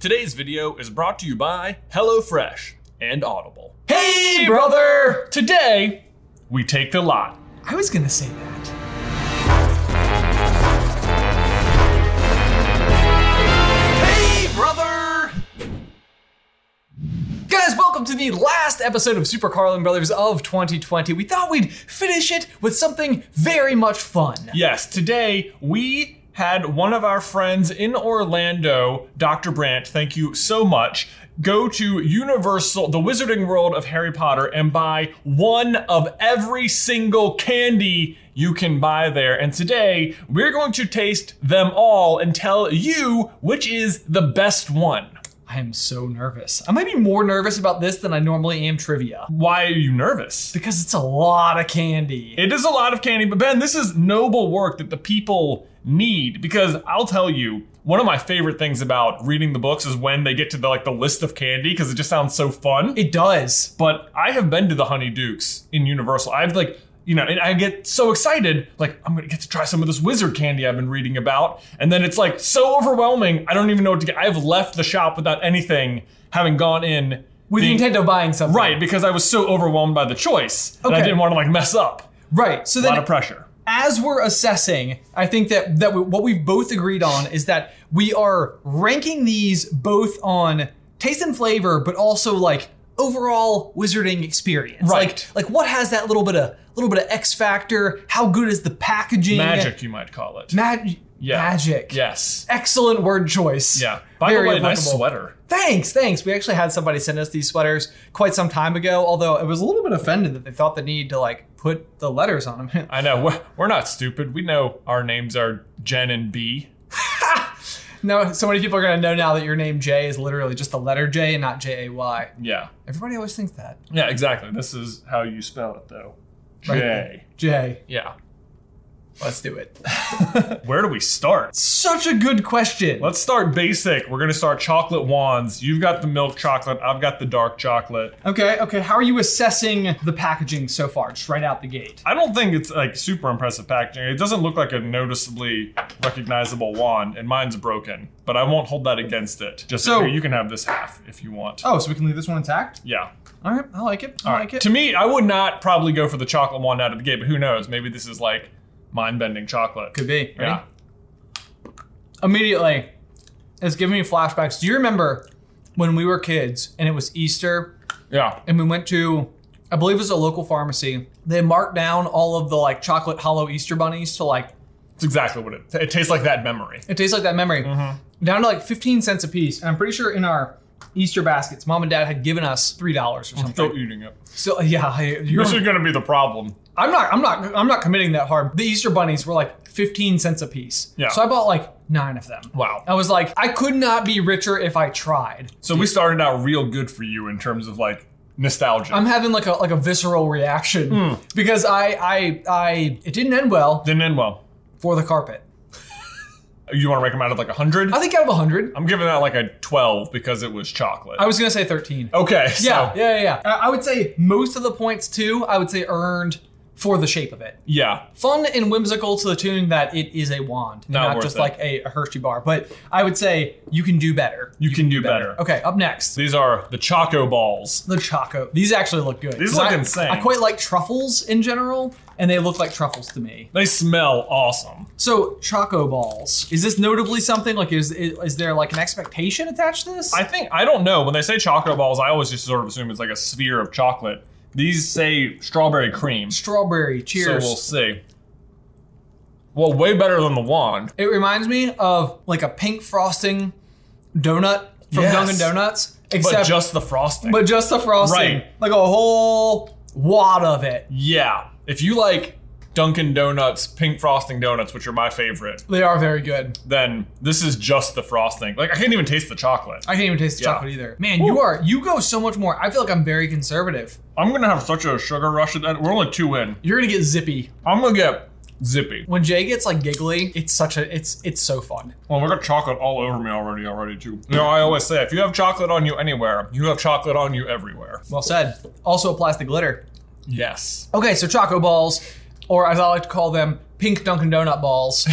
Today's video is brought to you by HelloFresh and Audible. Hey, brother! Today, we take the lot. I was gonna say that. Hey, brother! Guys, welcome to the last episode of Super Carlin Brothers of 2020. We thought we'd finish it with something very much fun. Yes, today we had one of our friends in Orlando, Dr. Brandt, thank you so much, go to Universal, the Wizarding World of Harry Potter, and buy one of every single candy you can buy there. And today we're going to taste them all and tell you which is the best one. I am so nervous. I might be more nervous about this than I normally am trivia Why are you nervous? because it's a lot of candy. It is a lot of candy, but Ben, this is noble work that the people need because I'll tell you, one of my favorite things about reading the books is when they get to the like the list of candy because it just sounds so fun. It does. but I have been to the Honey Dukes in Universal. I've like you know, and I get so excited, like I'm gonna get to try some of this wizard candy I've been reading about, and then it's like so overwhelming. I don't even know what to get. I've left the shop without anything, having gone in With being- Nintendo buying something. right because I was so overwhelmed by the choice that I Okay. didn't want to like mess up. Right. A So lot then of pressure. as we're assessing, I think that that we, what we've both agreed on is that we are ranking these both on taste and flavor, but also like overall wizarding experience. Right. Like, like what has that little bit of little bit of X factor? How good is the packaging? Magic, you might call it. Mag- Yeah. Magic. yes. Excellent word choice. Yeah. By the Very way, nice applicable. sweater. Thanks, thanks. We actually had somebody send us these sweaters quite some time ago, although I was a little bit offended that they felt the need to like put the letters on them. I know. We're, we're not stupid. We know our names are Jen and B. No, so many people are gonna know now that your name J is literally just the letter J and not J A Y. Yeah. Everybody always thinks that. Yeah, exactly. This is how you spell it, though. Right. J. J. Yeah. Let's do it. Where do we start? Such a good question. Let's start basic. We're going to start chocolate wands. You've got the milk chocolate. I've got the dark chocolate. Okay, okay. How are you assessing the packaging so far, just right out the gate? I don't think it's like super impressive packaging. It doesn't look like a noticeably recognizable wand, and mine's broken, but I won't hold that against it. Just So- here, you can have this half if you want. Oh, so we can leave this one intact? Yeah. All right, I like it. I like it. To me, I would not probably go for the chocolate wand out of the gate, but who knows? Maybe this is like mind bending chocolate. Could be. Ready? Yeah. Immediately, it's giving me flashbacks. Do you remember when we were kids and it was Easter Yeah. and we went to I believe it was a local pharmacy. They marked down all of the like chocolate hollow Easter bunnies to like It's exactly what it It tastes like that memory. It tastes like that memory. Down to like 15 cents a piece. And I'm pretty sure in our Easter baskets, mom and dad had given us Oh, three dollars or something. Still eating it. So yeah, I- you're, This is going to be the problem. I'm not, I'm not, I'm not committing that hard. The Easter bunnies were like 15 cents a piece. Yeah. So I bought like nine of them. Wow. I was like, I could not be richer if I tried. So we started out real good for you in terms of like nostalgia. I'm having like a like a visceral reaction because I I I it didn't end well Didn't end well. for the carpet. You want to rank them out of like 100? I think out of 100, I'm giving that like a 12 because it was chocolate. I was gonna say 13. okay. So, Yeah, yeah. yeah, yeah, yeah. I I would say most of the points too. I would say earned for the shape of it. Fun and whimsical to the tune that it is a wand, Not not, worth just it. like a, a Hershey bar. But I would say you can do better. You, can, do better. Okay, up next, These are the Choco Balls. the Choco. These actually look good. These 'Cause look I- insane. I quite like truffles in general, and they look like truffles to me. They smell awesome. So Choco balls. Is this notably something like is is, is there like an expectation attached to this? I think I don't know. When they say choco balls, I always just sort of assume it's like a sphere of chocolate. These say strawberry cream. Strawberry. So Cheers. we'll see. Well, way better than the wand. It reminds me of like a pink frosting donut from Yes. Dunkin' Donuts, But except just the frosting. but just the frosting, Right. like a whole wad of it. yeah. If you like Dunkin' Donuts, pink frosting donuts, which are my favorite, They are very good. then this is just the frosting. Like I can't even taste the chocolate. I can't even taste the Yeah. chocolate either. Man, you Woo. are you go so much more. I feel like I'm very conservative. I'm gonna have such a sugar rush at that. We're only two in. You're gonna get zippy I'm gonna get zippy. when Jay gets like giggly. It's such a it's it's so fun. Well, we got chocolate all over me already, already too. You know, I always say if you have chocolate on you anywhere, you have chocolate on you everywhere. Well said. Also applies to glitter. Yes. Okay, so choco balls, or as I like to call them, pink Dunkin' Donut balls.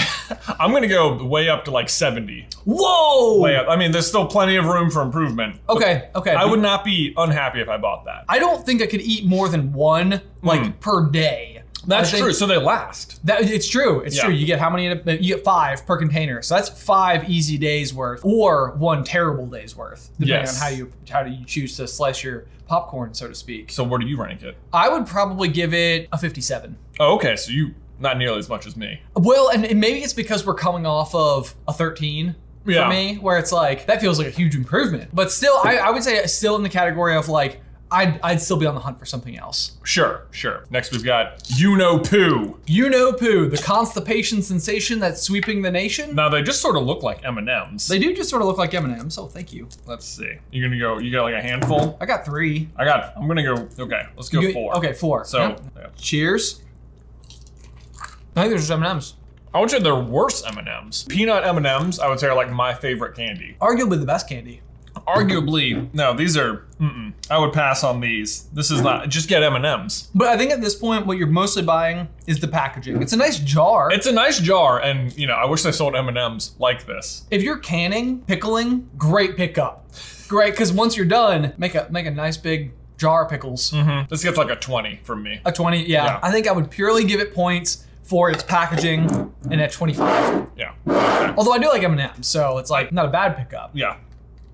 I'm gonna go way up to like 70. Whoa! Way up. I mean, there's still plenty of room for improvement. but Okay, okay. I would not be unhappy if I bought that. I don't think I could eat more than one like per day. Hmm. I That's think true. So they last. That it's true. It's Yeah. true. You get how many? in a- You get five per container. So that's five easy days worth, or one terrible day's worth, depending Yes. on how you how you choose to slice your popcorn, so to speak. So where do you rank it? I would probably give it a fifty-seven. Oh, okay. So you not nearly as much as me. Well, and, and maybe it's because we're coming off of a 13 Yeah. for me, where it's like that feels like a huge improvement. But still, I, I would say it's still in the category of like I'd I'd still be on the hunt for something else. Sure, sure. Next we've got you know poo. You know, poo, the constipation sensation that's sweeping the nation. Now they just sort of look like M and M's. They do just sort of look like M&M, so thank you. Let's see. You're gonna go. You got like a handful. I got three. I got. I'm gonna go. Okay, let's go You- four. Okay, four. So Yep. yeah. cheers. I think there's just M&Ms. I would say they're worse M and M's. Peanut M and M's. I would say are like my favorite candy. Arguably the best candy. Arguably, no. These are. Mm-mm, I would pass on these. This is not. Just get M and M's. But I think at this point, what you're mostly buying is the packaging. It's a nice jar. It's a nice jar, and you know, I wish they sold M and M's like this. if you're canning, pickling, great pickup. Great, because once you're done, make a make a nice big jar of pickles. hmm This gets like a twenty from me. A 20, yeah. Yeah. I think I would purely give it points for its packaging and at 25. Yeah. Okay. Although I do like M&M, so it's like not a bad pickup. Yeah.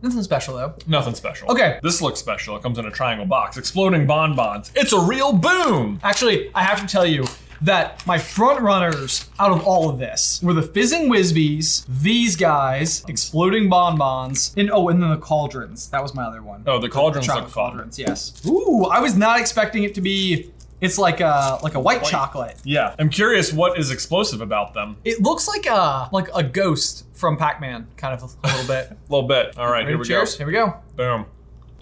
Nothing special though. Nothing special. Okay. This looks special. It comes in a triangle box. Exploding bonbons. It's a real boom. Actually, I have to tell you that my front runners out of all of this were the Fizzing Whisbees, these guys, Exploding Bonbons, and oh, and then the Cauldrons. That was my other one. Oh, the cauldrons Chocolate look fun. Cauldrons, yes. Ooh, I was not expecting it to be. It's like a like a white, chocolate. Yeah. I'm curious what is explosive about them. It looks like a like a ghost from Pac-Man, kind of a little bit. A little bit. All right, here we Cheers. Here we go. go. Boom.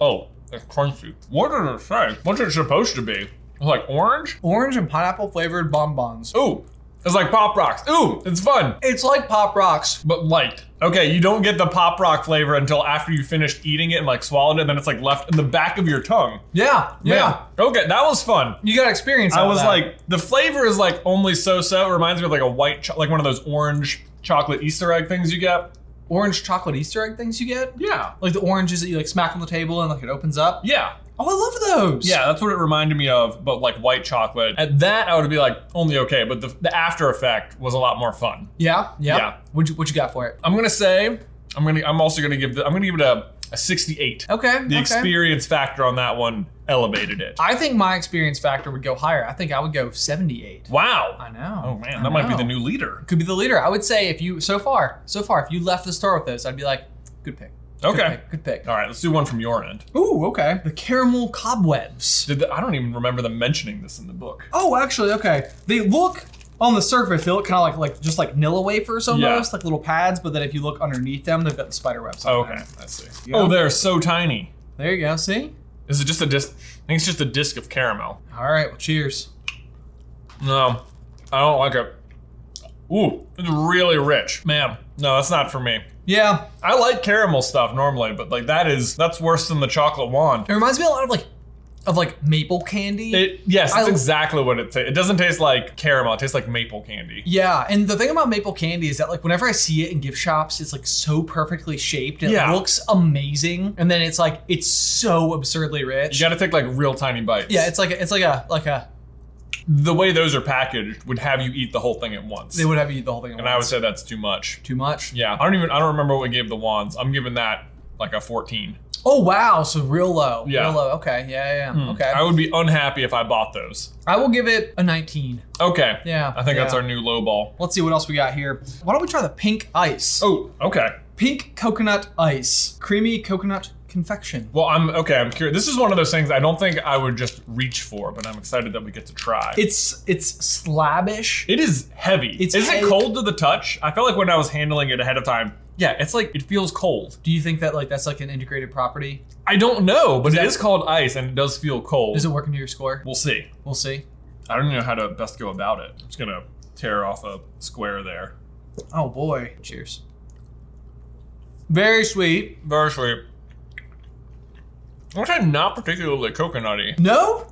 Oh, it's crunchy. What did it say? What's it supposed to be? Like orange? Orange and pineapple flavored bonbons. Ooh. It's like pop rocks. Ooh, it's fun. It's like Pop Rocks, But light. Okay, you don't get the pop rock flavor until after you finished eating it and like swallowed it, and then it's like left in the back of your tongue. Yeah, yeah. Man. Okay, that was fun. You got experience. I out of was that. like, the flavor is like only so-so. It reminds me of like a white, cho- like one of those orange chocolate Easter egg things you get. orange chocolate Easter egg things you get, Yeah, like the oranges that you like smack on the table and like it opens up. yeah, Oh, I love those. yeah. That's what it reminded me of, but like white chocolate. At that, I would be like, only okay. But the, the after effect was a lot more fun. yeah, yeah. Yeah. What you what you got for it? I'm gonna say, I'm gonna, I'm also gonna give, the, I'm gonna give it a, a 68. Okay. The okay. experience factor on that one elevated it. I think my experience factor would go higher. I think I would go 78. wow. I know. Oh man, I that might be know. the new leader. Could be the leader. I would say if you so far, so far, if you left the store with those, I'd be like, good pick. Good Okay. pick, Good pick. All right, let's do one from your end. Ooh, okay. The caramel cobwebs. Did the, I don't even remember them mentioning this in the book. Oh, actually, okay. They look on the surface, they look kind of like like just like Nilla wafers almost, like little pads. But then if you look underneath them, they've got the spider webs. Oh, on okay, them. I see. Yeah. Oh, they're so tiny. There you go. See. Is it just a disc? I think it's just a disc of caramel. All right. Well, cheers. No, I don't like it. Ooh, it's really rich, man. No, that's not for me. Yeah, I like caramel stuff normally, but like that is that's worse than the chocolate wand. it reminds me a lot of like of like maple candy. It yes, I that's l- exactly what it. ta- It doesn't taste like caramel. It tastes like maple candy. yeah, and the thing about maple candy is that like whenever I see it in gift shops, it's like so perfectly shaped. And Yeah. It looks amazing, and then it's like it's so absurdly rich. You got to take like real tiny bites. yeah, it's like a, it's like a like a the way those are packaged would have you eat the whole thing at once. they would have you eat the whole thing. At and I would say that's too much. too much. Yeah, I don't even I don't remember what we gave the wands. I'm giving that like a 14. Oh wow, so real low. Yeah. Hmm. Real low. Okay. Yeah. Yeah. yeah. Okay. I would be unhappy if I bought those. I will give it a 19. Okay. Yeah, I think that's yeah. our new low ball. Let's see what else we got here. Why don't we try the pink ice? Oh, okay. Pink coconut ice, creamy coconut confection. Well, I'm okay. I'm curious. This is one of those things I don't think I would just reach for, but I'm excited that we get to try. It's it's slabish. it is heavy. It's is heavy. it cold to the touch? I felt like when I was handling it ahead of time, yeah, it's like it feels cold. Do you think that like that's like an integrated property? I don't know, but it that- is called ice and it does feel cold. Does it work into your score? we'll see. We'll see. I don't know how to best go about it. I'm just gonna tear off a square there. Oh boy. Cheers. Very sweet. Very sweet. Actually, not particularly coconutty. No?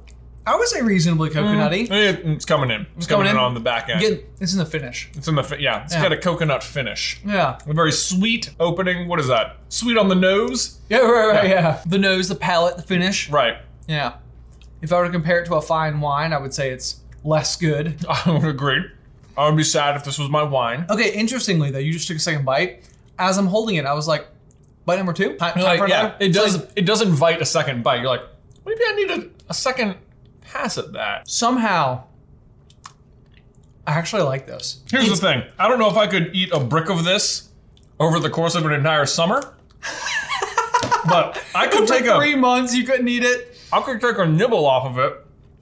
I would say reasonably Hmm. coconutty. It- It's coming in. It's, coming, coming in in. on the back end. Again, it's in the finish. it's in the fi- yeah. It's Yeah. got a coconut finish. Yeah. A very sweet opening. What is that? Sweet on the nose. Yeah, right, right, Yeah. yeah. The nose, the palate, the finish. Right. Yeah. If I were to compare it to a fine wine, I would say it's less good. I would agree. I would be sad if this was my wine. Okay, interestingly though, you just took a second bite. As I'm holding it, I was like, bite number two? Time, time for Like, yeah, another? it It's like, does. it does invite a second bite. You're like, maybe I need a, a second pass at that. somehow, I actually like this. Here's the thing. I don't know if I could eat a brick of this over the course of an entire summer, but I could For take a three months, you couldn't eat it. I could take a nibble off of it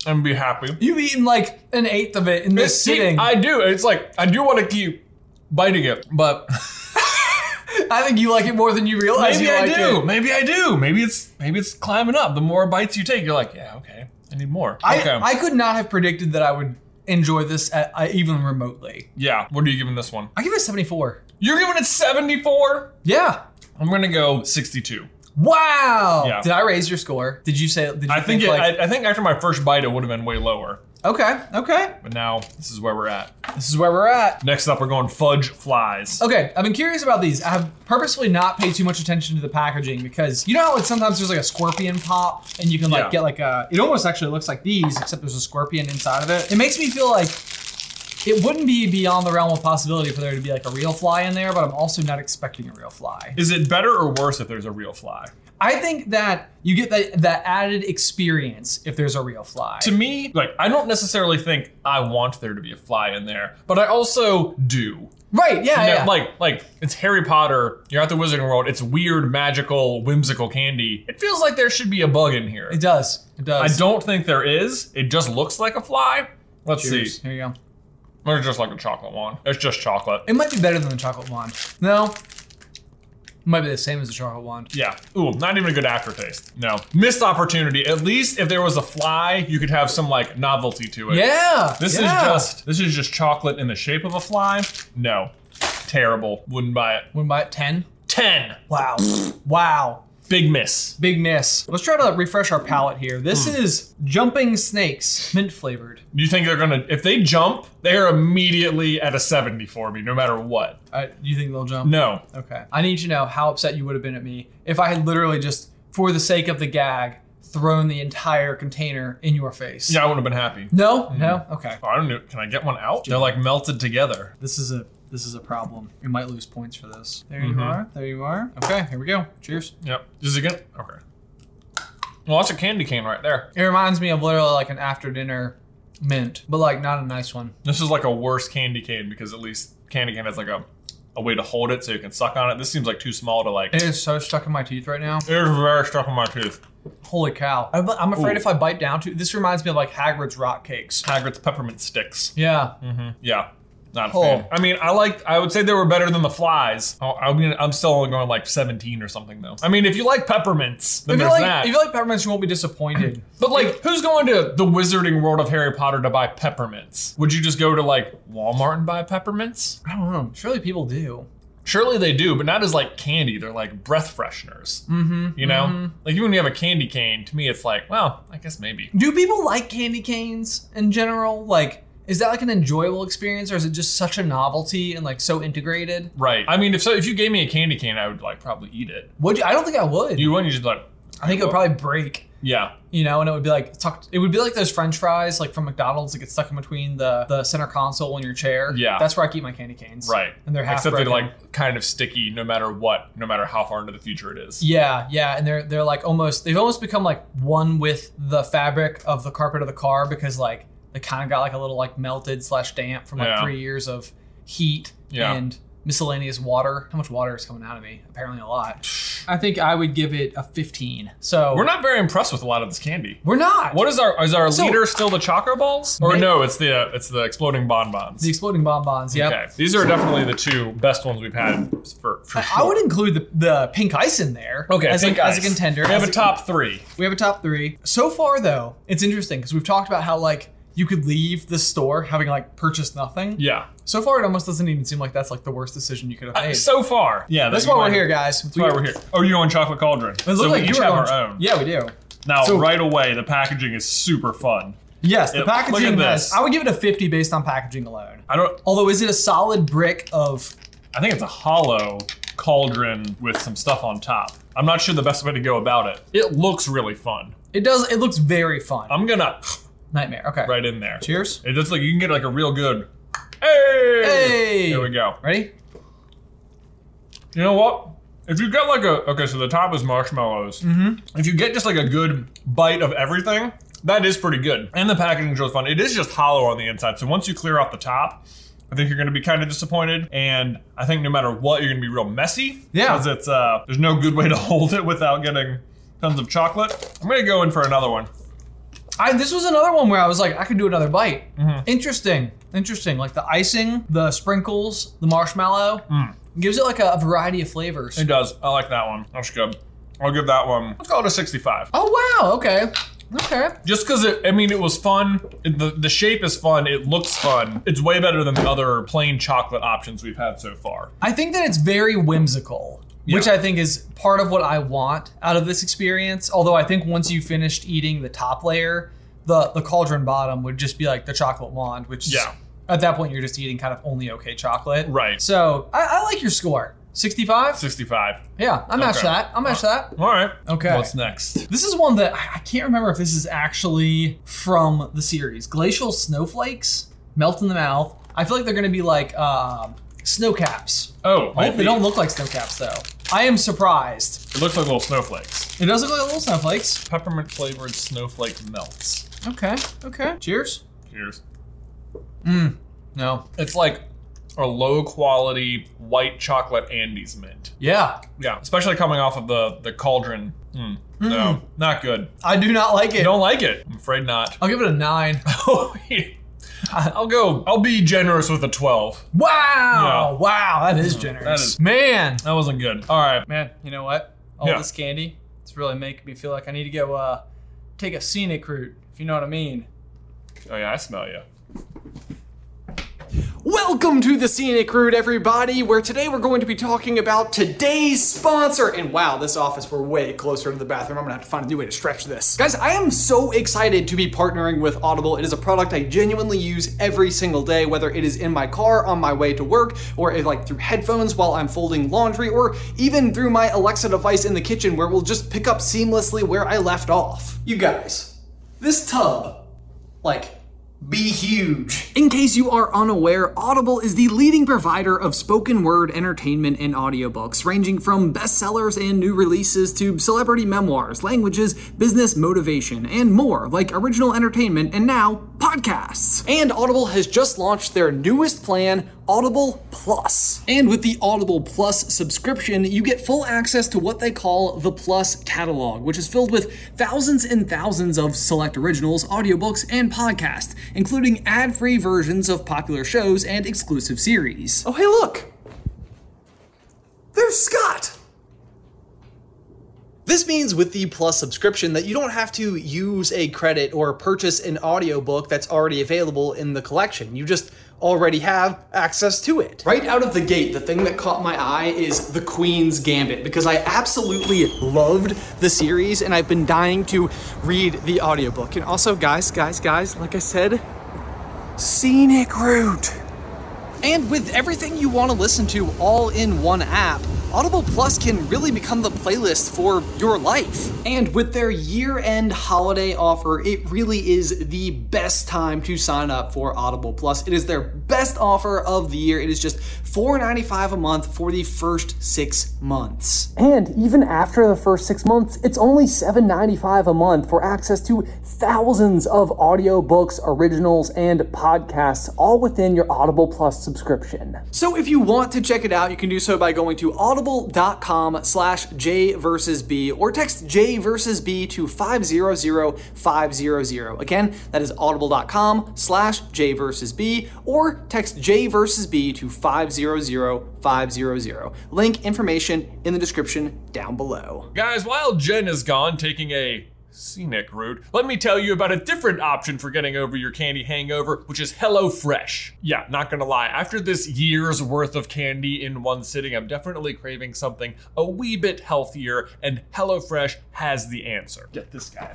and be happy. You've eaten like an eighth of it in this See, sitting. I, I do. It's like I do want to keep biting it, but think you like it more than you realize. maybe you I like do. it. Maybe I do. Maybe it's maybe it's climbing up. The more bites you take, you're like, yeah, okay, I need more. I, okay, I could not have predicted that I would enjoy this at, I even remotely. yeah. What are you giving this one? I give it a 74. You're giving it 74. Yeah. I'm gonna go 62. Wow. Yeah. Did I raise your score? Did you say? Did you I think it, like, I, I think after my first bite, it would have been way lower, okay. Okay. but now this is where we're at. This is where we're at. Next up, we're going fudge flies. Okay, I've been curious about these. I have purposefully not paid too much attention to the packaging because you know how like sometimes there's like a scorpion pop and you can like Yeah. get like a. It almost actually looks like these except there's a scorpion inside of it. It makes me feel like it wouldn't be beyond the realm of possibility for there to be like a real fly in there, but I'm also not expecting a real fly. Is it better or worse if there's a real fly? I think that you get that that added experience if there's a real fly. To me, like I don't necessarily think I want there to be a fly in there, but I also do. right? Yeah. No, yeah. Like, like it's Harry Potter. You're at the Wizarding World. It's weird, magical, whimsical candy. It feels like there should be a bug in here. it does. It I does. don't think there is. It just looks like a fly. Let's Cheers. see. Here you go. Or just like a chocolate one. It's just chocolate. It might be better than the chocolate wand. No. It might be the same as the chocolate wand. Yeah. Ooh, not even a good aftertaste. No. Missed opportunity. At least if there was a fly, you could have some like novelty to it. Yeah. This yeah. is just this is just chocolate in the shape of a fly. No. Terrible. Wouldn't buy it. One by 10. Ten. Wow. wow. Big miss. Big miss. Let's try to refresh our palate here. This Hmm. is jumping snakes, mint flavored. You think they're gonna if they jump, they are immediately at a 70 for me, no matter what. Uh, you think they'll jump? No. Okay. I need to know how upset you would have been at me if I had literally just, for the sake of the gag, thrown the entire container in your face. Yeah, Mm-hmm. I wouldn't have been happy. Oh, No. No. Okay. I don't know. Can I get one out? They're like melted together. This is a this is a problem. We might lose points for this. There you are. There you are. Mm-hmm. Okay, here we go. Cheers. Yep. Is it good? Okay. Well, that's a candy cane right there. It reminds me of literally like an after dinner mint, but like not a nice one. This is like a worse candy cane because at least candy cane has like a, a way to hold it so you can suck on it. This seems like too small to like. It It is so stuck in my teeth right now. is very stuck in my tooth. Holy cow! I'm, I'm afraid Ooh. if I bite down to this reminds me of like Hagrid's rock cakes. Hagrid's peppermint sticks. Yeah. Mm-hmm. Yeah. Not a Oh. fan. I mean, I like. I would say they were better than the flies. I- I mean, I'm still only going like 17 or something though. I mean, if you like peppermints, then If you there's like that. if you like peppermints, you won't be disappointed. But like, who's going to the Wizarding World of Harry Potter to buy peppermints? Would you just go to like Walmart and buy peppermints? I don't know. Surely people do. Surely they do, but not as like candy. They're like breath fresheners. Mm-hmm. You know, like even when you have a candy cane, to me it's like, well, I guess maybe. Do people like candy canes in general? Like, is that like an enjoyable experience, or is it just such a novelty and like so integrated? Right. I mean, if so, if you gave me a candy cane, I would like probably eat it. Would you? I don't think I would. You wouldn't. You just be like, I think it would probably break, yeah, you know, and it would be like tucked. It would be like those French fries, like from McDonald's, that get stuck in between the the center console and your chair. Yeah. that's where I keep my candy canes. right. and they're half Except they're broken. like kind of sticky, no matter what, no matter how far into the future it is. Yeah, yeah, and they're they're like almost they've almost become like one with the fabric of the carpet of the car because like they kind of got like a little like melted slash damp from like Yeah. three years of heat Yeah. and miscellaneous water. How much water is coming out of me? Apparently a lot. I think I would give it a fifteen. So We're not very impressed with a lot of this candy. we're not. What is our is our So- leader still the choco balls? Or May- no, it's the uh, it's the exploding bonbons. the exploding bonbons? Yep. Okay, these are definitely the two best ones we've had for. for I would include the, the pink ice in there. Okay, as, pink a, ice. as a contender. We have As a top three. We have a top three. So far, though, it's interesting because we've talked about how like you could leave the store having like purchased nothing. Yeah. Uh, So far, it almost doesn't even seem like that's like the worst decision you could have made. So far. Yeah, that's why we're here, guys. That's why we're here. Oh, you're on chocolate cauldron. It so looked we like you each were have going- our own. Yeah, we do. Now, So- right away, the packaging is super fun. Yes, the It- look at packaging has. this. I would give it a 50 based on packaging alone. I don't. Although, is it a solid brick of? I think it's a hollow cauldron with some stuff on top. I'm not sure the best way to go about it. It looks really fun. It does. It looks very fun. I'm gonna Nightmare. Okay. Um, right in there. Cheers. It just like you can get like a real good. Hey! Hey! There we go. Ready? You know what? If you get like a okay, so the top is marshmallows. Mm-hmm. If you get just like a good bite of everything, that is pretty good. And the packaging is really fun. It is just hollow on the inside, so once you clear off the top, I think you're going to be kind of disappointed. And I think no matter what, you're going to be real messy. Yeah. because it's uh, there's no good way to hold it without getting tons of chocolate. I'm going to go in for another one. I, this was another one where I was like, I could do another bite. Mm-hmm. Interesting. Interesting. Like the icing, the sprinkles, the marshmallow Mm. gives it like a, a variety of flavors. It does. I like that one. That's good. I'll give that one. Let's call it a 65. oh wow. Okay. Okay. just because it i mean it was fun It- the, the shape is fun it looks fun it's way better than the other plain chocolate options we've had so far I think that it's very whimsical, which Yeah. I think is part of what I want out of this experience. Although I think once you finished eating the top layer, the the cauldron bottom would just be like the chocolate wand, which is- Yeah. at that point you're just eating kind of only okay chocolate. Right. So I, I like your score. 65? 65 Yeah, I match Okay. that. I match that. all right Okay. what's next This is one that I I can't remember if this is actually from the series. Glacial snowflakes melt in the mouth. I feel like they're going to be like um, snow caps. oh I might hope be. they don't look like snow caps though. I am surprised. it looks like little snowflakes It does look like little snowflakes. peppermint flavored snowflake melts Okay. Okay. Cheers. cheers Mm. No. it's like a low quality white chocolate andes mint Yeah. yeah especially coming off of the the cauldron Mm. Hmm. no not good I do not like it. you don't like it i'm afraid not I'll give it a nine. i'll go i'll be generous with a 12 Wow. Wow. That is generous. that is- Man. that wasn't good all right Man. You know what? All Yeah. this candy, it's really making me feel like I need to go uh, take a scenic route, if you know what I mean. Oh yeah, I smell you. Welcome to the Scenic Route, everybody, where today we're going to be talking about today's sponsor. And wow, this office, we're way closer to the bathroom. I'm gonna have to find a new way to stretch this. Guys, I am so excited to be partnering with Audible. It is a product I genuinely use every single day, whether it is in my car on my way to work, or if, like through headphones while I'm folding laundry, or even through my Alexa device in the kitchen where we'll just pick up seamlessly where I left off. You guys, this tub, like, be huge. In case you are unaware, Audible is the leading provider of spoken word entertainment and audiobooks, ranging from bestsellers and new releases to celebrity memoirs, languages, business motivation, and more, like original entertainment and now podcasts. And Audible has just launched their newest plan, Audible Plus. And with the Audible Plus subscription, you get full access to what they call the Plus catalog, which is filled with thousands and thousands of select originals, audiobooks, and podcasts, including ad free versions of popular shows and exclusive series. Oh, hey, look! There's Scott! This means with the Plus subscription that you don't have to use a credit or purchase an audiobook that's already available in the collection. You just already have access to it. Right out of the gate, the thing that caught my eye is The Queen's Gambit because I absolutely loved the series and I've been dying to read the audiobook. And also, guys, guys, guys, like I said, Scenic Route. And with everything you want to listen to all in one app, Audible Plus can really become the playlist for your life. And with their year end holiday offer, it really is the best time to sign up for Audible Plus. It is their best offer of the year. It is just $4.95 a month for the first six months. And even after the first six months, it's only $7.95 a month for access to thousands of audiobooks, originals, and podcasts, all within your Audible Plus subscription. So if you want to check it out, you can do so by going to audible.com slash J versus B or text J versus B to 500500. Again, that is audible.com slash J versus B or text J versus B to 500500. Link information in the description down below. Guys, while Jen is gone taking a scenic route, let me tell you about a different option for getting over your candy hangover, which is HelloFresh. Yeah, not gonna lie, after this year's worth of candy in one sitting, I'm definitely craving something a wee bit healthier, and HelloFresh has the answer. Get this guy.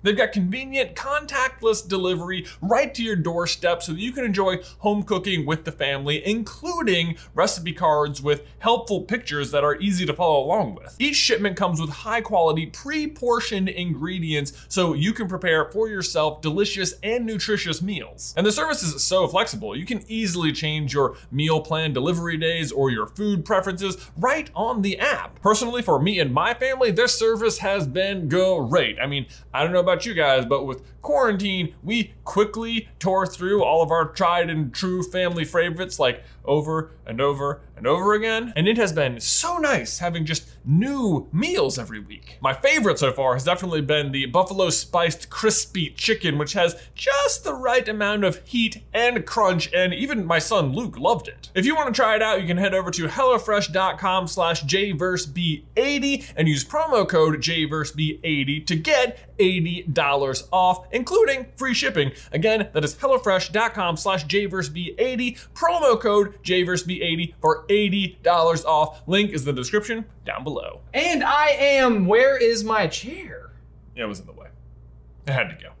They've got convenient contactless delivery right to your doorstep so that you can enjoy home cooking with the family, including recipe cards with helpful pictures that are easy to follow along with. Each shipment comes with high quality, pre portioned ingredients so you can prepare for yourself delicious and nutritious meals. And the service is so flexible, you can easily change your meal plan delivery days or your food preferences right on the app. Personally, for me and my family, their service has been great. I mean, I don't know about you guys, but with quarantine, we quickly tore through all of our tried and true family favorites like over and over and over again. And it has been so nice having just new meals every week. My favorite so far has definitely been the buffalo spiced crispy chicken, which has just the right amount of heat and crunch, and even my son Luke loved it. If you want to try it out, you can head over to HelloFresh.com slash JVerseB80 and use promo code JVerseB80 to get $80 off, including free shipping. Again, that is HelloFresh.com slash JVerseB80, promo code JVerseB80 for $80 off. Link is in the description down below. And I am. Where is my chair? It was in the way. It had to go.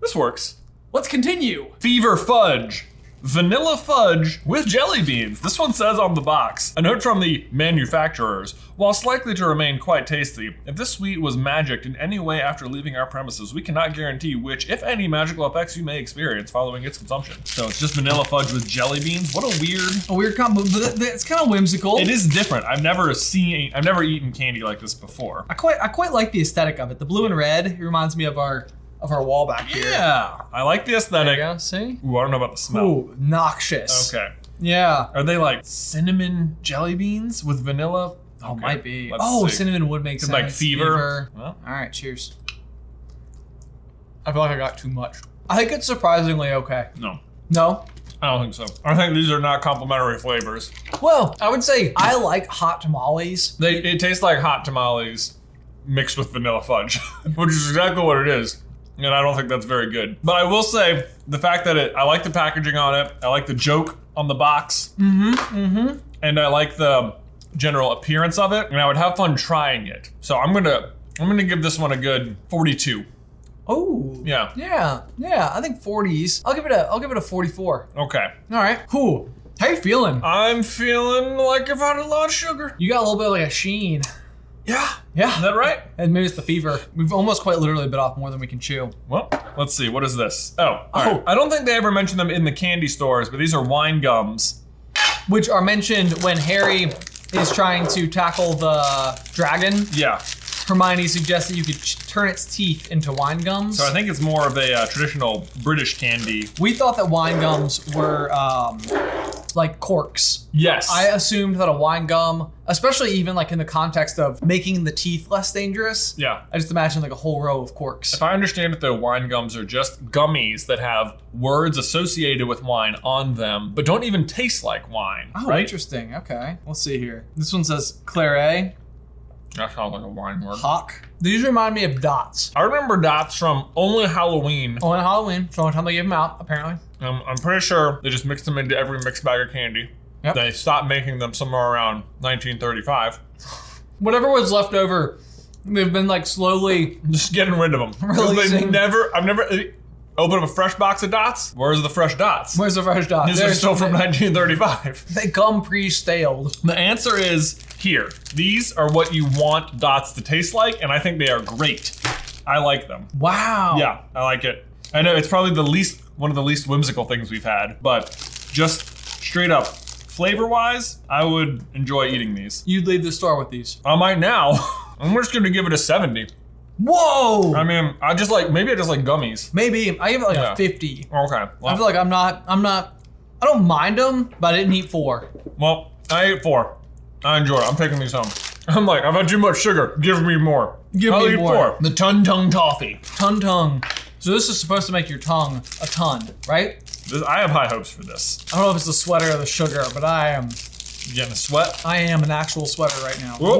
This works. Let's continue. Fever Fudge. Vanilla fudge with jelly beans. This one says on the box. A note from the manufacturers. While likely to remain quite tasty, if this sweet was magicked in any way after leaving our premises, we cannot guarantee which, if any, magical effects you may experience following its consumption. So it's just vanilla fudge with jelly beans. What a weird. A weird combo, but that- that's kind of whimsical. It is different. I've never seen. I've never eaten candy like this before. I quite I quite like the aesthetic of it. The blue and red it reminds me of our of our wall back here. Yeah, I like the aesthetic. Yeah, see? Ooh, I don't know about the smell. Ooh, noxious. Okay. Yeah. Are they like cinnamon jelly beans with vanilla? Oh, Okay, might be. let's oh, see. cinnamon would make It's sense. like fever. Well, All right, cheers. I feel like I got too much. I think it's surprisingly okay. no, No? I don't think so. I think these are not complimentary flavors. Well, I would say I like hot tamales. They it tastes like hot tamales mixed with vanilla fudge, which is exactly what it is. And I don't think that's very good. But I will say the fact that it, I like the packaging on it. I like the joke on the box, Mm-hmm. and I like the general appearance of it. And I would have fun trying it. So I'm gonna I'm gonna give this one a good 42. Oh. Yeah. Yeah. Yeah. I think 40s. I'll give it a I'll give it a 44. Okay. All right. Who? How you feeling? I'm feeling like I've had a lot of sugar. You got a little bit of like a sheen. Yeah. Is Yeah. that right? And maybe it's the fever. We've almost quite literally bit off more than we can chew. Well, let's see. What is this? Oh, all right. Oh. I don't think they ever mentioned them in the candy stores, but these are wine gums. Which are mentioned when Harry is trying to tackle the dragon. Yeah. Hermione suggests that you could ch- turn its teeth into wine gums. So I think it's more of a uh, traditional British candy. we thought that wine gums were um, like corks. Yes. I uh, assumed that a wine gum, especially even like in the context of making the teeth less dangerous. yeah. I just imagine like a whole row of corks. If I understand it, though, wine gums are just gummies that have words associated with wine on them, but don't even taste like wine. Oh, right? interesting. Okay. We'll see here. This one says claret, That sounds like a wine word. hawk. These remind me of dots. I remember dots from only Halloween. On Halloween, it's the only time they gave them out, apparently. Um, I'm pretty sure they just mixed them into every mixed bag of candy. Yep. They stopped making them somewhere around 1935. Whatever was left over, they've been like slowly. Just getting rid of them. 'Cause They Releasing. never. I've never uh, open up a fresh box of dots. Where's the fresh dots? Where's the fresh dot? These are There's still from something. 1935. They come pre-staled. The answer is here. These are what you want dots to taste like, and I think they are great. I like them. Wow. Yeah, I like it. I know it's probably the least one of the least whimsical things we've had, but just straight up flavor-wise, I would enjoy eating these. You'd leave the store with these. I might now. I'm just gonna give it a 70. Whoa. I mean, I just like maybe I just like gummies. Maybe I give it like Yeah. a fifty. Okay. Well, I feel like I'm not. I'm not. I don't mind them, but I didn't eat four. Well, I ate four. I enjoyed it. I'm taking these home. I'm like, I've had too much sugar. Give me more. Give I'll me eat more. four. The Tun Tung Toffee. Ton tongue. So this is supposed to make your tongue a ton, right? This, I have high hopes for this. I don't know if it's the sweater or the sugar, but I am You getting a sweat? I am an actual sweater right now. Whoa.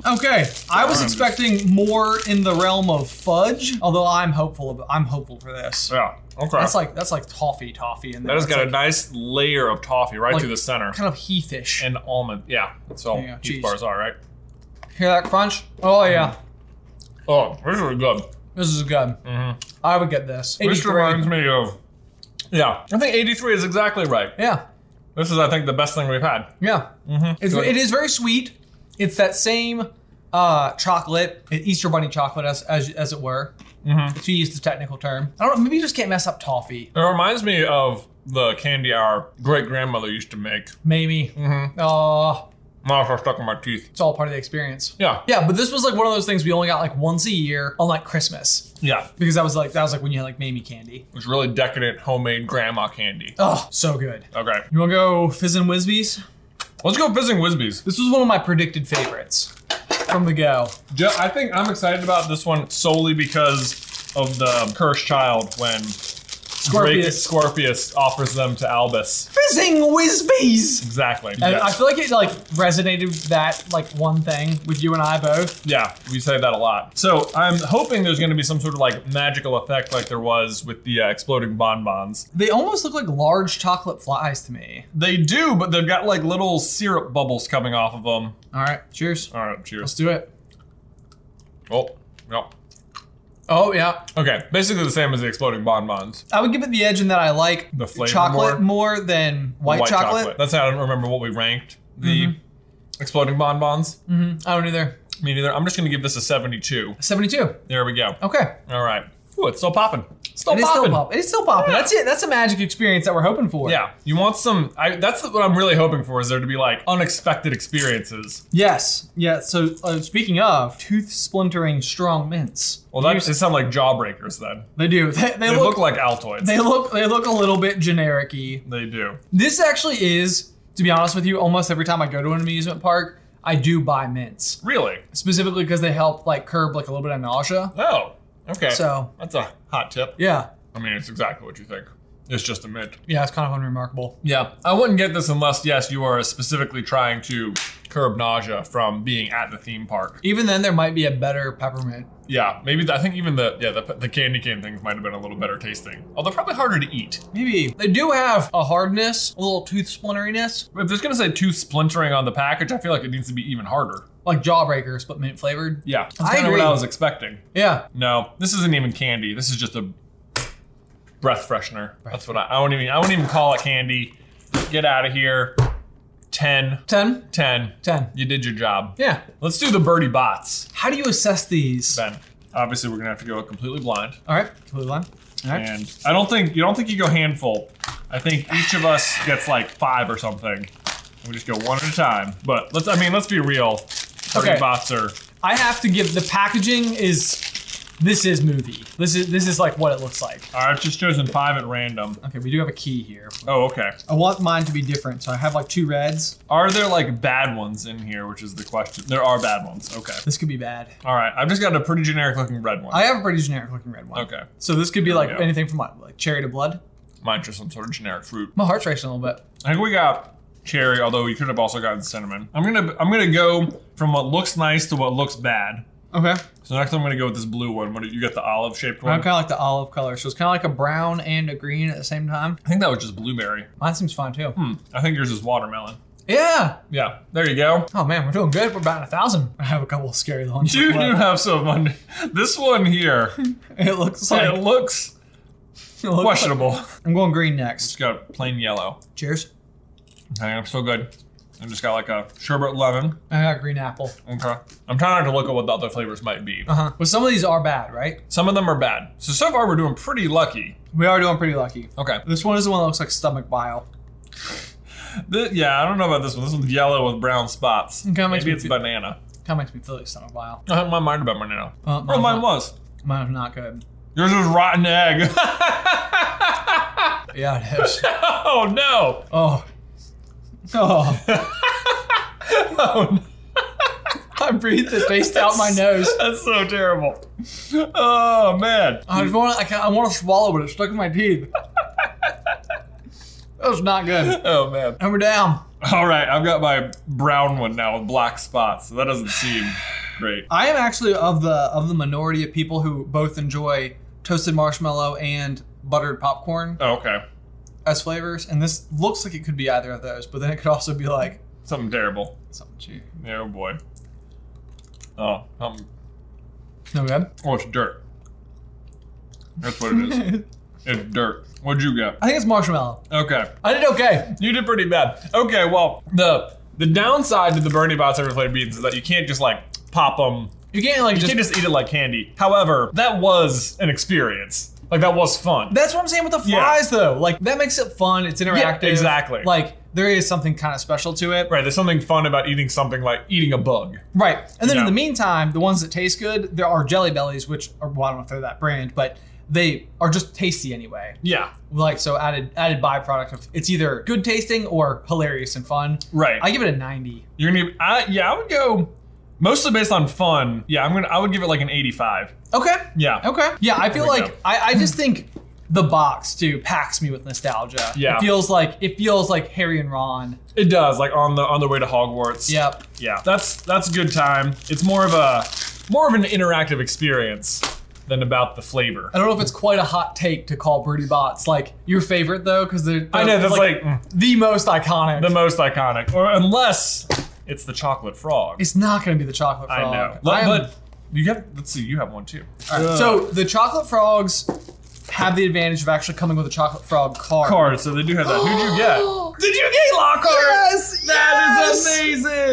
Whoa. Okay, I was Darn. expecting more in the realm of fudge, although I'm hopeful. Of, I'm hopeful for this. Yeah. Okay. That's like that's like toffee, toffee, and that has got a nice layer of toffee right Like- through the center. kind of heathish. And almond. Yeah. That's all Yeah, cheese geez. bars are, right? Hear that crunch? Oh yeah, Oh, this is good. this is good. I would get this. This 83. Mm-hmm. reminds me of. Yeah, I think 83 is exactly right. Yeah, This is, I think, the best thing we've had. yeah. It's, Mm-hmm. Good. it is very sweet. It's that same uh, chocolate, Easter Bunny chocolate, as as, as it were. Mm-hmm. To use the technical term, I don't know. Maybe you just can't mess up toffee. It reminds me of the candy our great grandmother used to make. Maybe. Mm-hmm. Uh, Now it's stuck in my teeth. it's all part of the experience. Yeah, Yeah, but this was like one of those things we only got like once a year on like Christmas yeah. because that was like that was like when you had like mamie candy. It's really decadent homemade grandma candy. Oh, so good. Okay, You want to go Fizz and Whisbies? let's go fizzing Whisbees. This was one of my predicted favorites from the go. Ju- I think I'm excited about this one solely because of the cursed child when Drake- Scorpius. Scorpius offers them to Albus. Fizzing Whisbies. Exactly. And yes. I feel like it like resonated with that like one thing with you and I both. Yeah, we say that a lot. So I'm hoping there's going to be some sort of like magical effect, like there was with the uh, exploding bonbons. They almost look like large chocolate flies to me. They do, but they've got like little syrup bubbles coming off of them. All right, cheers. All right, Let's cheers. do it. Oh, no. Oh yeah, Okay, basically the same as the exploding bonbons. I would give it the edge in that I like The flavor chocolate more, than white, chocolate. Mm-hmm. That's how I don't remember what we ranked the exploding bonbons. I don't either. Me neither. I'm just going to give this a 72. 72. There we go. Okay. All right. Ooh, it's still popping. Still It is still popping. pop. It is still popping. Yeah. That's it. That's a magic experience that we're hoping for. Yeah, you want some. I, that's what I'm really hoping for. Is there to be like unexpected experiences? Yes. Yeah. So uh, speaking of tooth splintering strong mints, Well, that they sound like jawbreakers. Then they do. They, they they look, look, like Altoids. they look they look a little bit generic-y. They do. This actually is, to be honest with you, almost every time I go to an amusement park, I do buy mints Really? specifically because they help like curb like a little bit of nausea. Oh, okay. So- that's a hot tip. Yeah. I mean, it's exactly what you think. It's just a mint. Yeah. It's kind of unremarkable. Yeah, I wouldn't get this unless yes, you are specifically trying to curb nausea from being at the theme park. Even then, there might be a better peppermint. Yeah, maybe the, I think even the yeah the, the candy cane things might have been a little better tasting, although probably harder to eat. Maybe they do have a hardness, a little tooth splinteriness, If there's gonna say tooth splintering on the package, I feel like it needs to be even harder. like jawbreakers, but mint flavored. Yeah, that's I kind of what agree. I was expecting. Yeah. No, this isn't even candy. This is just a breath freshener. That's what I, I won't even. I won't even call it candy. Get out of here. 10, 10? 10. 10. You did your job. Yeah. Let's do the birdie bots. How do you assess these? Ben, obviously we're gonna have to go completely blind. All right. Completely line. All right. And I don't think you don't think you go handful. I think each of us gets like five or something. We just go one at a time. But let's I mean let's be real. Birdie Okay. bots are I have to give the packaging is this is movie. This is this is like what it looks like. I've just chosen five at random. Okay, we do have a key here. Oh, okay. I want mine to be different, so I have like two reds. Are there like bad ones in here, which is the question? There are bad ones. Okay. This could be bad. All right. I've just got a pretty generic looking red one. I have a pretty generic looking red one. Okay. So this could be we like go. anything from like, like cherry to blood. Mine's just some sort of generic fruit. My heart's racing a little bit. I think we got cherry, although you could have also gotten cinnamon. I'm gonna I'm gonna go from what looks nice to what looks bad. Okay. So next I'm gonna go with this blue one. What do you got the olive shaped I'm one? kind of like the olive color, so it's kind of like a brown and a green at the same time. I think that was just blueberry. Mine seems fine too. Hmm. I think yours is watermelon. Yeah. Yeah, there you go. Oh man, we're doing good. We're batting a thousand. I have a couple of scary ones. You do left. have some on this one here. It looks like it looks it looks questionable. like- I'm going green next. It's got plain yellow. Cheers. Okay, I'm so good. I just got like a sherbet lemon. I got green apple. Okay. I'm trying not to look at what the other flavors might be. Uh huh. But some of these are bad, right? Some of them are bad. So so far we're doing pretty lucky. We are doing pretty lucky. Okay. This one is the one that looks like stomach bile. Th- yeah, I don't know about this one. This one's yellow with brown spots. Okay, makes Maybe me it's feel- banana. Kind of makes me feel like stomach bile. I had my mind about banana. Uh, Oh, mine mine, was. mine was not good. Yours is rotten egg. Yeah, it is. oh no. oh. Oh. Oh no. I breathed the taste out my nose. That's so terrible. Oh man. I just want to, I, can't- I want to swallow it. It's stuck in my teeth. That was not good. Oh man. And we're down. All right, I've got my brown one now with black spots, so that doesn't seem great. I am actually of the of the minority of people who both enjoy toasted marshmallow and buttered popcorn Oh, okay, as flavors, and this looks like it could be either of those, but then it could also be like something terrible. something cheap. Oh boy. Oh, um, No good. oh, it's dirt. That's what it is. it's dirt. What'd you get? I think it's marshmallow. Okay, I did okay. you did pretty bad. Okay, well, the the downside to the Bernie Bots overflavored beans is that you can't just like pop them You can't like You just, can't just eat it like candy. However, that was an experience. Like that was fun. That's what I'm saying with the Yeah. flies, though. Like that makes it fun. It's interactive. exactly. Like there is something kind of special to it. right, there's something fun about eating something like eating a bug. Right. And then Yeah. in the meantime, the ones that taste good, there are Jelly Bellies, which are, well, I don't know if they're that brand, but they are just tasty anyway. Yeah. Like so, added added byproduct of it's either good tasting or hilarious and fun. Right. I give it a ninety. You're gonna I yeah, I would go mostly based on fun. Yeah, I'm gonna I would give it like an 85. Okay. Yeah. Okay. Yeah, I feel There we like go. I, I just think the box too packs me with nostalgia. Yeah. It feels like it feels like Harry and Ron. It does, like on the on the way to Hogwarts. Yep. Yeah. That's that's a good time. It's more of a more of an interactive experience than about the flavor. I don't know if it's quite a hot take to call Birdie Bots like your favorite though, because they're, I know they're, that's like, mm, the most iconic. the most iconic. Or unless it's the chocolate frog. it's not going to be the chocolate frog. I know. I am- but you have let's see, you have one too. all right. So the chocolate frogs have the advantage of actually coming with a chocolate frog card. card, so they do have that. Who'd you get? Did you get Lockhart? Yes, That is yes!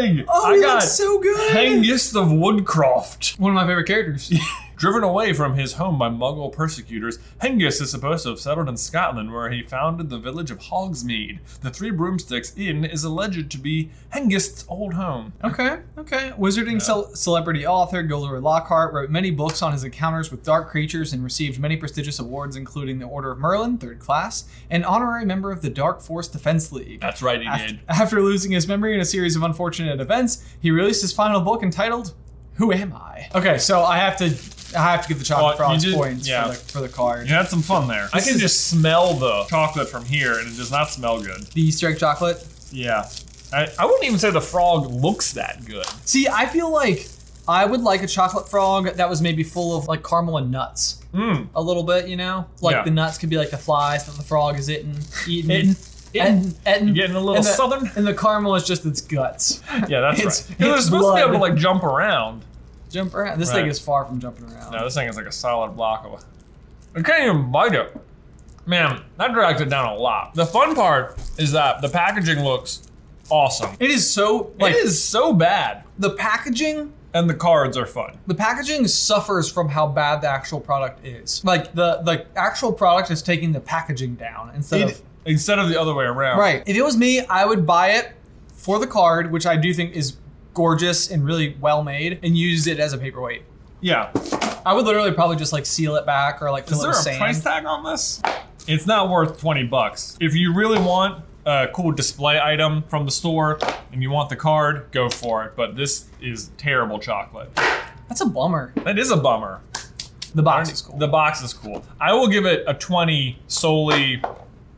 amazing! Oh, I he got looks so good. Hengist of Woodcroft. One of my favorite characters. Driven away from his home by Muggle persecutors, Hengist is supposed to have settled in Scotland where he founded the village of Hogsmeade. The Three Broomsticks Inn is alleged to be Hengist's old home. Okay, okay. Wizarding cel- celebrity author Gilderoy Lockhart wrote many books on his encounters with dark creatures and received many prestigious awards, including the Order of Merlin, third class, and honorary member of the Dark Force Defense League. That's right, he After, did. after losing his memory in a series of unfortunate events, he released his final book entitled "Who Am I." Okay, so I have to, I have to give the Oh, chocolate you frogs did- points yeah. for, the, for the card. You had some fun there. I This can is- just smell the chocolate from here, and it does not smell good. The Easter egg chocolate. Yeah. I, I wouldn't even say the frog looks that good. See, I feel like I would like a chocolate frog that was maybe full of like caramel and nuts. Mm. a little bit, you know? Like Yeah. the nuts could be like the flies that the frog is eating, eating, Eating. eating, eating. Getting a little and the, southern. And the caramel is just its guts. Yeah, that's It's- right. 'Cause they're it's supposed to be able to blood. like jump around. Jump around. This Right. thing is far from jumping around. No, this thing is like a solid block of. I can't even bite it. Man, that dragged it down a lot. The fun part is that the packaging looks awesome. It is so like it is so bad, the packaging. and the cards are fun. The packaging suffers from how bad the actual product is. Like the the actual product is taking the packaging down instead It- of instead of the other way around. Right. If it was me, I would buy it for the card, which I do think is gorgeous and really well made, and use it as a paperweight. Yeah. I would literally probably just like seal it back or like fill Is it there a with sand. price tag on this? It's not worth 20 bucks. If you really want a cool display item from the store and you want the card, go for it. But this is terrible chocolate. That's a bummer. That is a bummer. The box is cool. The box is cool. I will give it a 20 solely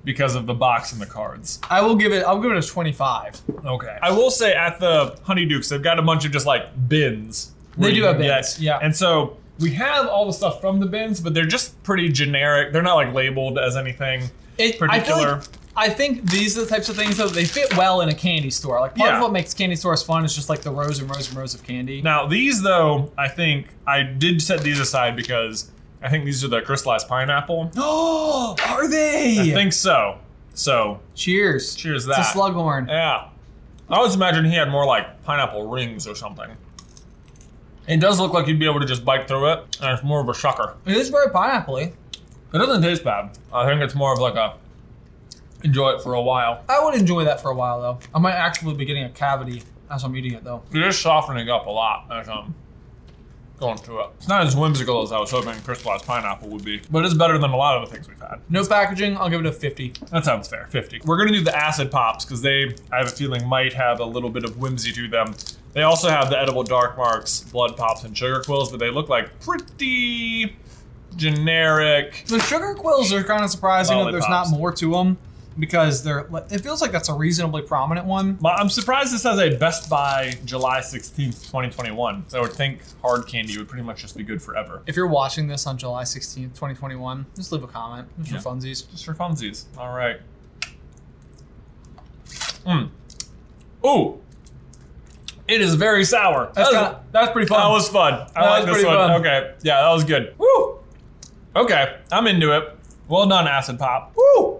because of the box and the cards. I will give it. I'll give it a twenty-five. Okay. I will say at the Honeydukes, they've got a bunch of just like bins. where They do you have can bins, get- yeah. And so we have all the stuff from the bins, but they're just pretty generic. They're not like labeled as anything. It, I feel Particular. like I think these are the types of things that they fit well in a candy store. Like part Yeah. of what makes candy stores fun is just like the rows and rows and rows of candy. Now these though, I think I did set these aside because I think these are the crystallized pineapple. Oh, are they? I think so. So Cheers. Cheers It's a that. Eh. slughorn. yeah, I always imagined he had more like pineapple rings or something. It does look like you'd be able to just bite through it, and it's more of a shocker. It is very pineapple It doesn't taste bad. I think it's more of like a enjoy it for a while. I would enjoy that for a while though. I might actually be getting a cavity as I'm eating it though. You're just softening up a lot as I'm going through it. It's not as whimsical as I was hoping crystallized pineapple would be, but it's better than a lot of the things we've had. No packaging. I'll give it a fifty. That sounds fair. Fifty. We're gonna do the acid pops because they, I have a feeling, might have a little bit of whimsy to them. They also have the edible dark marks, blood pops, and sugar quills, but they look like pretty generic. The sugar quills are kind of surprising that there's not Lollipops. more to them. because they're. It feels like that's a reasonably prominent one. My- I'm surprised this has a Best Buy July 16th, 2021. So I would think hard candy would pretty much just be good forever. If you're watching this on July 16th, 2021, just leave a comment. Just Yeah. for funsies. Just for funsies. All right. Mm. Ooh. It is very sour. That's That was- kinda- that's pretty fun. That was fun. I That like was this pretty one. fun. Okay. Yeah, that was good. Woo! Okay. I'm into it. Well done, Acid Pop. Woo!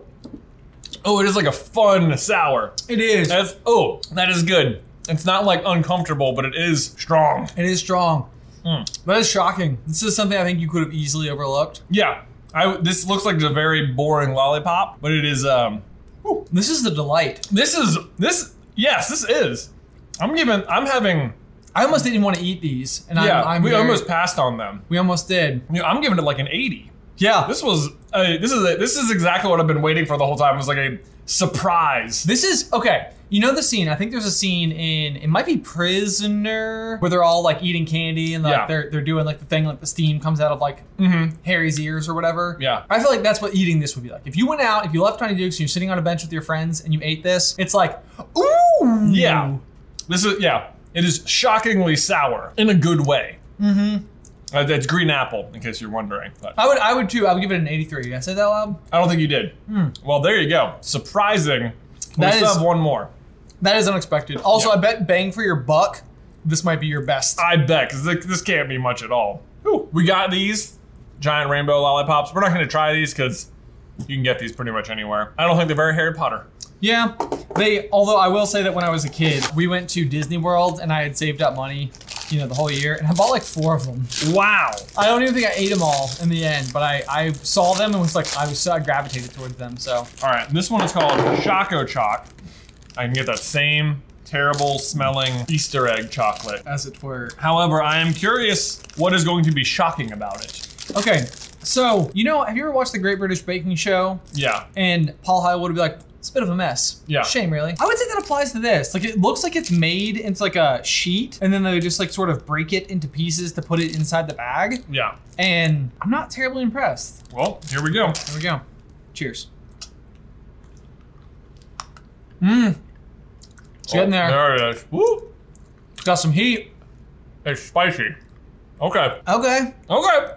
Oh, it is like a fun sour. It is. That's oh, that is good. It's not like uncomfortable, but it is strong. It is strong. Mm. That is shocking. This is something I think you could have easily overlooked. Yeah. I this looks like a very boring lollipop, but it is um This is the delight. this is this yes, this is. I'm giving I'm having I almost didn't want to eat these, and yeah, I'm, I'm we very- almost passed on them. we almost did. You know, I'm giving it like an 80. Yeah, this, This was a, this is a, this is exactly what I've been waiting for the whole time. It was like a surprise. is okay. You know the scene? I think there's a scene in it might be Prisoner where they're all like eating candy and like Yeah. they're they're doing like the thing like the steam comes out of like Mm-hmm. Harry's ears or whatever. Yeah. I feel like that's what eating this would be like. If you went out, if you left Tiny Dukes and you're sitting on a bench with your friends and you ate this, it's like, ooh, Yeah. This is yeah. It is shockingly sour in a good way. Mm-hmm. Uh, that's green apple, in case you're wondering. But I would, I would too. I would give it an 83. Did I say that loud? I don't think you did. Well, there you go. Surprising. Hmm. That we still is- have one more. That is unexpected. Also, Yeah. I bet bang for your buck, this might be your best. I bet, because this can't be much at all. Whew. We got these giant rainbow lollipops. We're not going to try these because you can get these pretty much anywhere. I don't think they're very Harry Potter. Yeah, they. Although I will say that when I was a kid, we went to Disney World and I had saved up money, you know, the whole year, and I bought like four of them. Wow. I don't even think I ate them all in the end, but I I saw them and was like I was so I gravitated towards them. So All right, this one is called Choco Chalk. I can get that same terrible smelling Easter egg chocolate. as it were. However, I am curious what is going to be shocking about it. Okay, so you know, have you ever watched the Great British Baking Show? Yeah. and Paul Hyatt would be like, it's a bit of a mess. Yeah. Shame, really. I would say that applies to this. Like, it looks like it's made into like a sheet, and then they just like sort of break it into pieces to put it inside the bag. Yeah. And I'm not terribly impressed. Well, here we go. There we go. Cheers. Mmm. It's getting Oh, there. There it is. Woo! It's got some heat. It's spicy. Okay. Okay. Okay.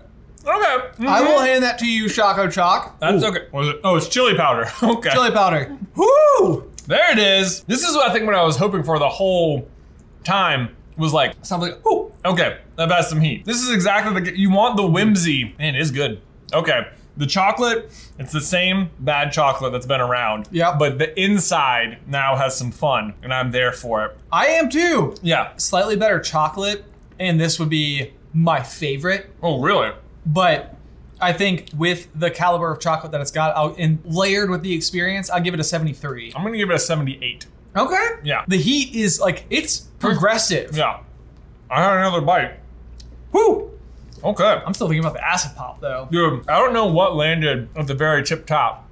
Okay. I Mhm. will hand that to you, Choco Chalk. That's Ooh, okay. What is it? Oh, it's chili powder. okay. Chili powder. Woo! There it is. This is what I think what I was hoping for the whole time was like something. Like, Ooh, okay, I've had some heat. This is exactly the you want the whimsy. Man, it is good. Okay, the chocolate. It's the same bad chocolate that's been around. Yep. But the inside now has some fun, and I'm there for it. I am too. Yeah. Slightly better chocolate, and this would be my favorite. Oh, really? But I think with the caliber of chocolate that it's got, I'll, and layered with the experience, I'll give it a 73. I'm gonna give it a 78. Okay. Yeah. The heat is like it's progressive. Yeah. I had another bite. Woo! Okay. I'm still thinking about the acid pop though. Dude, I don't know what landed at the very tip top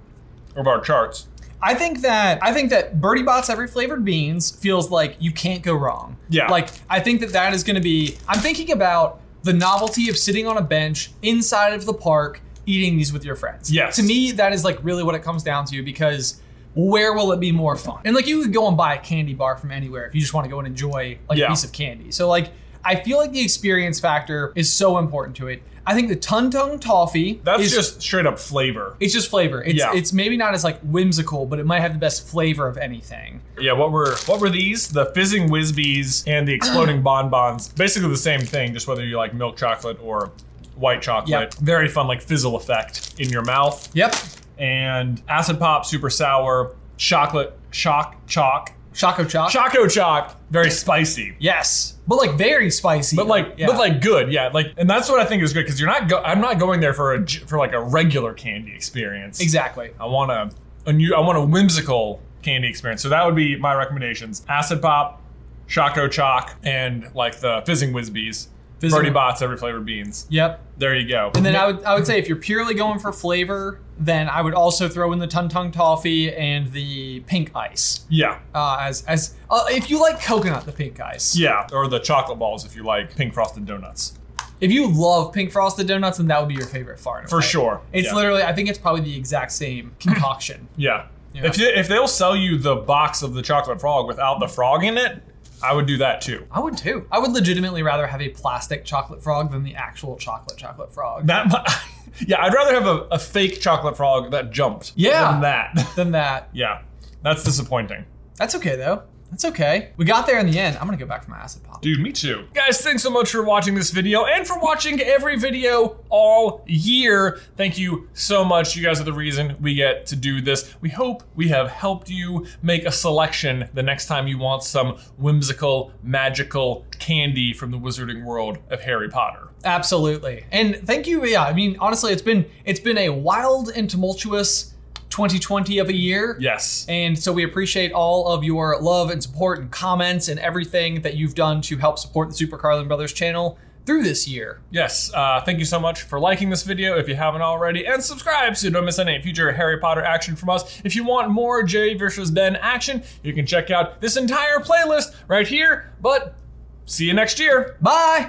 of our charts. I think that I think that Birdie Bot's every flavored beans feels like you can't go wrong. Yeah. Like I think that that is going to be. I'm thinking about the novelty of sitting on a bench inside of the park eating these with your friends. Yes. To me, that is like really what it comes down to because where will it be more fun? And like you could go and buy a candy bar from anywhere if you just want to go and enjoy like Yeah. a piece of candy. So like I feel like the experience factor is so important to it. I think the Tun Tung Toffee That's is just straight up flavor. it's just flavor. It's Yeah. it's maybe not as like whimsical, but it might have the best flavor of anything. Yeah, what were what were these? The fizzing whizbees and the exploding bonbons. Basically the same thing, just whether you like milk chocolate or white chocolate. Yep. Very fun, like fizzle effect in your mouth. Yep. And acid pop, super sour, chocolate, shock, chalk, Choco Choc. choco chalk, very spicy. yes. But like very spicy. But like, Yeah. but like good, yeah. Like, and that's what I think is good because you're not. Go- I'm not going there for a j- for like a regular candy experience. exactly. I want a, a new, I want a whimsical candy experience. So that would be my recommendations: acid pop, choco chalk, and like the fizzing whizbees, Fizzing- Birdie Bots, every flavored beans. Yep. There you go. And then I would I would say if you're purely going for flavor, then I would also throw in the Tun Tung Toffee and the pink ice. yeah, Uh, as as uh, if you like coconut, the pink ice. yeah, or the chocolate balls if you like pink frosted donuts If you love pink frosted donuts, then that would be your favorite far and for away. sure. It's yeah. literally I think it's probably the exact same concoction. yeah. If you, if they'll sell you the box of the chocolate frog without the frog in it, I would do that too. I would too. I would legitimately rather have a plastic chocolate frog than the actual chocolate chocolate frog. That mi- yeah, I'd rather have a, a fake chocolate frog that jumped. Yeah. than that. than that. yeah, that's disappointing. That's okay though. That's okay. We got there in the end. I'm gonna go back for my acid pop. Dude, me too. Guys, thanks so much for watching this video and for watching every video all year. Thank you so much. You guys are the reason we get to do this. We hope we have helped you make a selection the next time you want some whimsical, magical candy from the wizarding world of Harry Potter. Absolutely. And thank you. Yeah, I mean, honestly, it's been it's been a wild and tumultuous 2020 of a year. Yes. And so we appreciate all of your love and support and comments and everything that you've done to help support the Super Carlin Brothers channel through this year. Yes, uh, thank you so much for liking this video if you haven't already, and subscribe so you don't miss any future Harry Potter action from us. If you want more Jerry versus Ben action, you can check out this entire playlist right here. But see you next year. Bye.